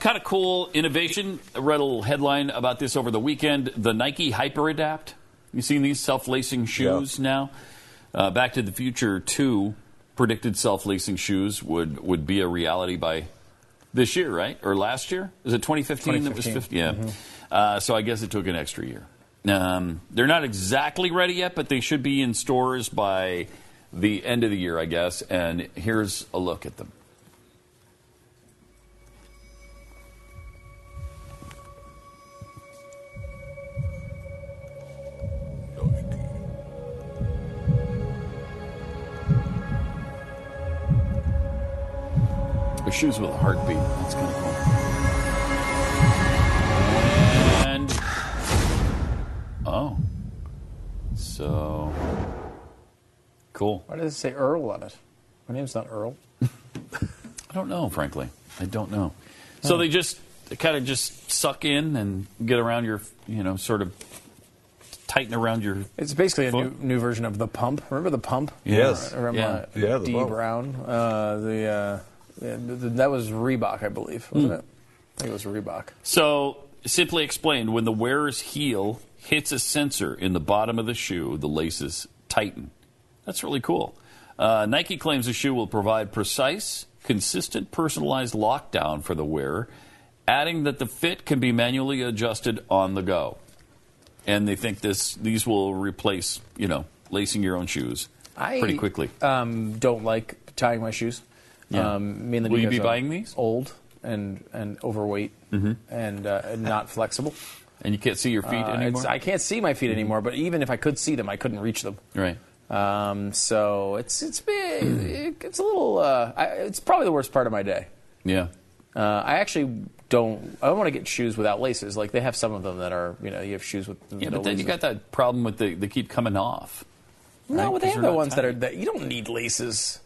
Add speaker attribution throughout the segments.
Speaker 1: Kind of cool innovation. I read a little headline about this over the weekend. The Nike Hyper Adapt. You seen these self-lacing shoes now? Uh, Back to the Future Two predicted self-lacing shoes would would be a reality by this year, right? Or last year? Is it 2015, that was 50? Yeah. Uh, so I guess it took an extra year. Um, they're not exactly ready yet, but they should be in stores by the end of the year, I guess. And here's a look at them. They're shoes with a heartbeat. That's kind of cool. And oh, so cool.
Speaker 2: Why does it say Earl on it? My name's not Earl.
Speaker 1: I don't know, frankly. I don't know. So they just kind of just suck in and get around your, you know, sort of tighten around your.
Speaker 2: It's basically a new,
Speaker 1: Fuck.
Speaker 2: new version of the pump. Remember the pump?
Speaker 3: Yes.
Speaker 2: Remember- remember
Speaker 3: Yeah. Yeah, the
Speaker 2: D
Speaker 3: pump.
Speaker 2: Brown. Uh, the, uh, the- the- that was Reebok, I believe, wasn't
Speaker 1: Hmm.
Speaker 2: it? I think it was Reebok.
Speaker 1: So simply explained, when the wearer's heel hits a sensor in the bottom of the shoe, the laces tighten. That's really cool. Uh, Nike claims the shoe will provide precise, consistent, personalized lockdown for the wearer, adding that the fit can be manually adjusted on the go. And they think this these will replace, you know, lacing your own shoes
Speaker 2: I,
Speaker 1: pretty quickly.
Speaker 2: Um, don't like tying my shoes.
Speaker 1: Yeah.
Speaker 2: Um, mainly
Speaker 1: Will you
Speaker 2: because
Speaker 1: be
Speaker 2: I'm
Speaker 1: buying these? Mm-hmm.
Speaker 2: Old and and overweight and, uh, and not flexible.
Speaker 1: and you can't see your feet
Speaker 2: Uh,
Speaker 1: anymore.
Speaker 2: it's- I can't see my feet anymore. But even if I could see them, I couldn't reach them.
Speaker 1: right.
Speaker 2: Um, so it's it's been, it's a little uh, I, it's probably the worst part of my day.
Speaker 1: Yeah.
Speaker 2: Uh, I actually don't I don't want to get shoes without laces. Like they have some of them that are you know you have shoes with
Speaker 1: Yeah,
Speaker 2: no
Speaker 1: but then you
Speaker 2: laces.
Speaker 1: got that problem with the they keep coming off.
Speaker 2: no,
Speaker 1: right?
Speaker 2: but they
Speaker 1: 'Cause
Speaker 2: have
Speaker 1: they're
Speaker 2: the
Speaker 1: not
Speaker 2: ones that
Speaker 1: tight.
Speaker 2: are that you don't need laces.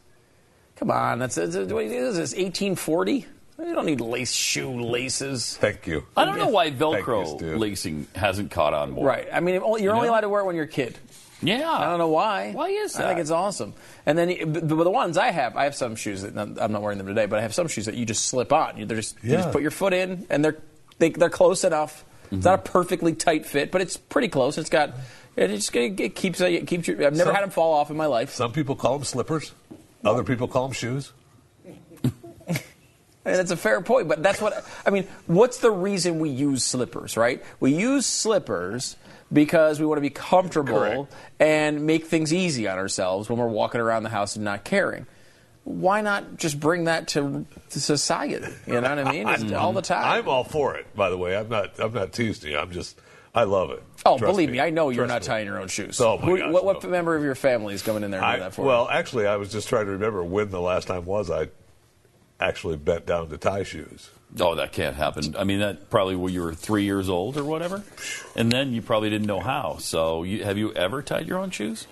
Speaker 2: Come on, that's, that's, what is this 1840. You don't need lace shoe laces.
Speaker 3: Thank you.
Speaker 1: I don't know why
Speaker 3: Thank
Speaker 1: Velcro
Speaker 3: you, Stu.
Speaker 1: lacing hasn't caught on more.
Speaker 2: Right. I mean, if only- you're only
Speaker 1: know?
Speaker 2: allowed to wear it when you're a kid.
Speaker 1: Yeah.
Speaker 2: I don't know why.
Speaker 1: Why is
Speaker 2: I think
Speaker 1: that?
Speaker 2: it's awesome. And then but the, the ones I have, I have some shoes that I'm not wearing them today, but I have some shoes that you just slip on. You, they're just, you just
Speaker 3: Yeah.
Speaker 2: put your foot in, and they're they, they're close enough. It's not
Speaker 1: Mm-hmm.
Speaker 2: a perfectly tight fit, but it's pretty close. It's got it just it, it keeps it keeps your. I've never
Speaker 3: Some-
Speaker 2: had them fall off in my life.
Speaker 3: Some people call them slippers. Other people call them shoes.
Speaker 2: And that's a fair point, but that's what I mean. What's the reason we use slippers, right? We use slippers because we want to be comfortable and make things easy on ourselves when we're walking around the house and not caring. Why not just bring that to, to society? You know what I mean? It's all the time.
Speaker 3: I'm all for it. By the way, I'm not. I'm not teasing you. I'm just. I love it.
Speaker 2: oh,
Speaker 3: Trust
Speaker 2: believe me, I know you're not
Speaker 3: Trust me.
Speaker 2: tying your own shoes.
Speaker 3: Oh, my
Speaker 2: Who-
Speaker 3: gosh,
Speaker 2: what what
Speaker 3: no.
Speaker 2: member of your family is coming in there and doing
Speaker 3: I-
Speaker 2: that for?
Speaker 3: well, actually, I was just trying to remember when the last time was I actually bent down to tie shoes.
Speaker 1: Oh, that can't happen. I mean, that probably when you were three years old or whatever, and then you probably didn't know how. So, you, have you ever tied your own shoes?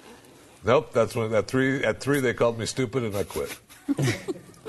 Speaker 3: Nope, that's when at three at three they called me stupid and I quit.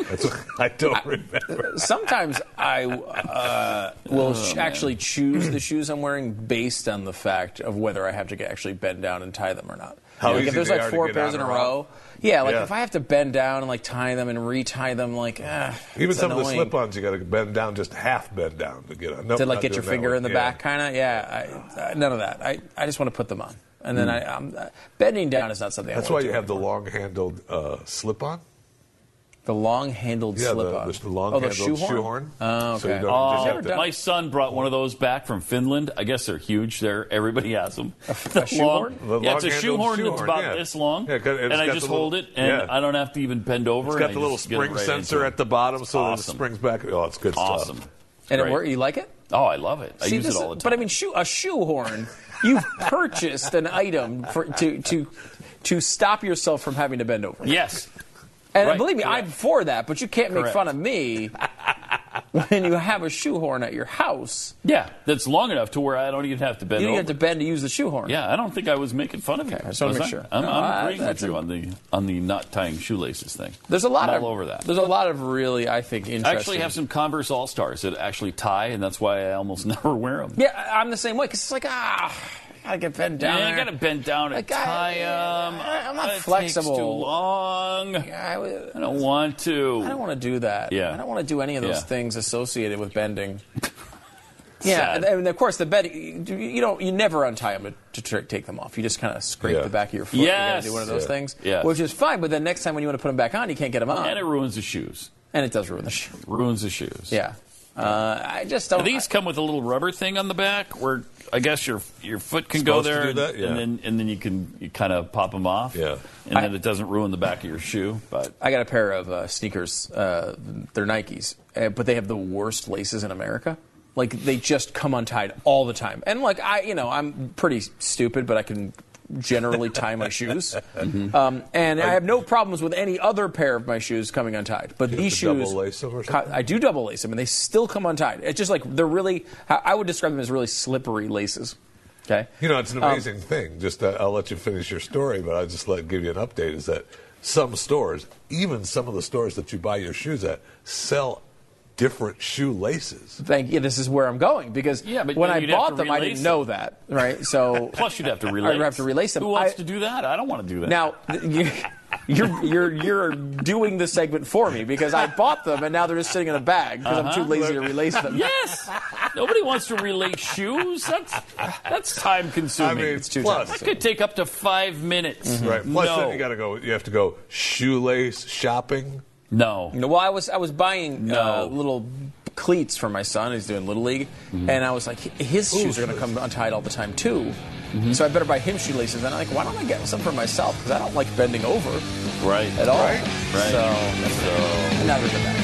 Speaker 3: that's what, I don't remember.
Speaker 2: you? Sometimes I uh, will sh- actually choose the shoes I'm wearing based on the fact of whether I have to get, actually bend down and tie them or not.
Speaker 3: How
Speaker 2: like
Speaker 3: easy
Speaker 2: if there's
Speaker 3: they
Speaker 2: like
Speaker 3: are to
Speaker 2: four
Speaker 3: get
Speaker 2: pairs
Speaker 3: on
Speaker 2: in a
Speaker 3: or
Speaker 2: row,
Speaker 3: off.
Speaker 2: yeah. Like
Speaker 3: Yeah.
Speaker 2: if I have to bend down and like tie them and retie them, like ah,
Speaker 3: Even
Speaker 2: it's
Speaker 3: some of the
Speaker 2: annoying.
Speaker 3: slip-ons you got to bend down, just half bend down to get on. Nope,
Speaker 2: to like
Speaker 3: not
Speaker 2: get your
Speaker 3: doing that
Speaker 2: finger
Speaker 3: one.
Speaker 2: in the
Speaker 3: Yeah.
Speaker 2: back, kind of. Yeah, I, I, none of that. I, I just want to put them on, and then I, I'm uh, bending down is not something.
Speaker 3: Hmm. That's
Speaker 2: I
Speaker 3: why
Speaker 2: wanna
Speaker 3: you
Speaker 2: do
Speaker 3: have the
Speaker 2: anymore.
Speaker 3: long-handled uh, slip-on.
Speaker 2: the long-handled
Speaker 3: Yeah,
Speaker 2: slip
Speaker 3: the,
Speaker 2: on.
Speaker 3: the, long
Speaker 2: oh, the
Speaker 3: handled
Speaker 2: shoehorn.
Speaker 3: shoehorn.
Speaker 2: Oh, okay.
Speaker 3: So you don't
Speaker 1: Oh,
Speaker 3: just have to,
Speaker 1: my son brought one of those back from Finland. I guess they're huge there. Everybody has them.
Speaker 2: a shoehorn?
Speaker 3: The
Speaker 1: yeah, it's a
Speaker 3: long-handled
Speaker 1: shoehorn, that's
Speaker 3: shoehorn,
Speaker 1: about
Speaker 3: yeah.
Speaker 1: this long.
Speaker 3: Yeah, 'cause it's
Speaker 1: and I
Speaker 3: got
Speaker 1: just
Speaker 3: the little-
Speaker 1: hold it, and
Speaker 3: yeah.
Speaker 1: I don't have to even bend over.
Speaker 3: it's
Speaker 1: and I
Speaker 3: got the little
Speaker 1: just get it
Speaker 3: spring
Speaker 1: right
Speaker 3: sensor
Speaker 1: into it.
Speaker 3: at the bottom, so that it
Speaker 1: awesome.
Speaker 3: springs back. Oh, it's good
Speaker 1: Awesome.
Speaker 3: stuff.
Speaker 2: And it
Speaker 1: Great.
Speaker 2: worked. You like it?
Speaker 1: Oh, I love it. I
Speaker 2: See,
Speaker 1: use
Speaker 2: this
Speaker 1: it
Speaker 2: is-
Speaker 1: all the time.
Speaker 2: But I mean, shoe, a shoehorn. You've purchased an item for, to to to stop yourself from having to bend over.
Speaker 1: yes.
Speaker 2: and
Speaker 1: right,
Speaker 2: believe me,
Speaker 1: correct.
Speaker 2: I'm for that. But you can't make
Speaker 1: Correct.
Speaker 2: fun of me when you have a shoehorn at your house,
Speaker 1: Yeah, that's long enough to where I don't even have to bend
Speaker 2: you don't
Speaker 1: over.
Speaker 2: have to bend to use the shoehorn.
Speaker 1: Yeah, I don't think I was making fun of you.
Speaker 2: I just wanna
Speaker 1: Was
Speaker 2: make
Speaker 1: I?
Speaker 2: sure.
Speaker 1: I'm,
Speaker 2: No, I-
Speaker 1: I'm agreeing with
Speaker 2: that's
Speaker 1: you
Speaker 2: a-
Speaker 1: on the on the not tying shoelaces thing.
Speaker 2: There's a lot
Speaker 1: I'm
Speaker 2: of
Speaker 1: all over that.
Speaker 2: There's a lot of really, I think, interesting.
Speaker 1: I actually have some Converse All Stars that actually tie, and that's why I almost never wear them.
Speaker 2: Yeah, I- I'm the same way because it's like ah, I gotta get bent down.
Speaker 1: Yeah, I
Speaker 2: there.
Speaker 1: gotta bend down and
Speaker 2: Like, I-
Speaker 1: tie them.
Speaker 2: I- I'm not
Speaker 1: It takes too
Speaker 2: flexible.
Speaker 1: long. I
Speaker 2: I, w- I
Speaker 1: don't want to.
Speaker 2: don't want to do that.
Speaker 1: Yeah.
Speaker 2: I don't want to do any of those
Speaker 1: Yeah.
Speaker 2: things associated with bending.
Speaker 1: Sad.
Speaker 2: yeah, and, and of course the bed. You don't. You never untie them to, to take them off. You just kind of scrape
Speaker 3: Yeah.
Speaker 2: the back of your foot. You
Speaker 1: Yes.
Speaker 2: gotta do one of those
Speaker 3: Yeah.
Speaker 2: things.
Speaker 1: Yes.
Speaker 2: Which is fine, but then next time when you want to put them back on, you can't get them on,
Speaker 1: And it ruins the shoes.
Speaker 2: And it does ruin the shoe.
Speaker 1: Ruins the shoes.
Speaker 2: Yeah. Uh, I just don't.
Speaker 1: These come with a little rubber thing on the back where I guess your your foot can go
Speaker 3: Supposed
Speaker 1: there,
Speaker 3: to do that?
Speaker 1: and,
Speaker 3: Yeah.
Speaker 1: and then and then you can you kind of pop them off.
Speaker 3: Yeah.
Speaker 1: and then it doesn't ruin the back of your shoe. But
Speaker 2: I got a pair of uh, sneakers. Uh, they're Nikes, uh, but they have the worst laces in America. Like they just come untied all the time. And like I, you know, I'm pretty stupid, but I can generally tie my shoes.
Speaker 3: Mm-hmm.
Speaker 2: Um, and I have no problems with any other pair of my shoes coming untied. But these
Speaker 3: to double
Speaker 2: shoes,
Speaker 3: lace 'em or
Speaker 2: co-
Speaker 3: something?
Speaker 2: I do double lace them, and they still come untied. It's just like they're really. I I would describe them as really slippery laces. Okay.
Speaker 3: You know, it's
Speaker 1: Um,
Speaker 3: an amazing thing. Just uh, I'll let you finish your story, but I'll just let give you an update. Is that some stores, even some of the stores that you buy your shoes at, sell different shoelaces.
Speaker 2: Thank you. This is where I'm going because
Speaker 1: Yeah, but
Speaker 2: when
Speaker 1: then
Speaker 2: I
Speaker 1: you'd have
Speaker 2: bought
Speaker 1: to
Speaker 2: them, I
Speaker 1: relace
Speaker 2: didn't know that, right? So
Speaker 1: plus, you'd have to
Speaker 2: I
Speaker 1: relace.
Speaker 2: would have to relace them.
Speaker 1: Who wants
Speaker 2: I-
Speaker 1: to do that? I don't want to do that.
Speaker 2: Now, you- you're, you're, you're doing the segment for me because I bought them and now they're just sitting in a bag because I'm too lazy to relace them.
Speaker 1: Uh-huh. yes, nobody wants to relace shoes. That's that's time
Speaker 3: I
Speaker 1: consuming.
Speaker 3: mean,
Speaker 1: It
Speaker 3: it's
Speaker 2: too
Speaker 3: plus,
Speaker 2: tight.
Speaker 1: could take up to five minutes.
Speaker 3: right? Plus,
Speaker 1: no.
Speaker 3: then you got to go. You have to go shoelace shopping.
Speaker 1: no.
Speaker 2: You know, well, I was I was buying uh,
Speaker 1: No.
Speaker 2: little cleats for my son. He's doing little league,
Speaker 1: Mm-hmm.
Speaker 2: and I was like, hi- his shoes are going to come untied all the time too.
Speaker 1: Mm-hmm.
Speaker 2: So I better buy him shoelaces. And I'm like, why don't I get some for myself? Because I don't like bending over
Speaker 1: Right.
Speaker 2: at all.
Speaker 3: Right.
Speaker 1: Right.
Speaker 2: So, now there's a bag.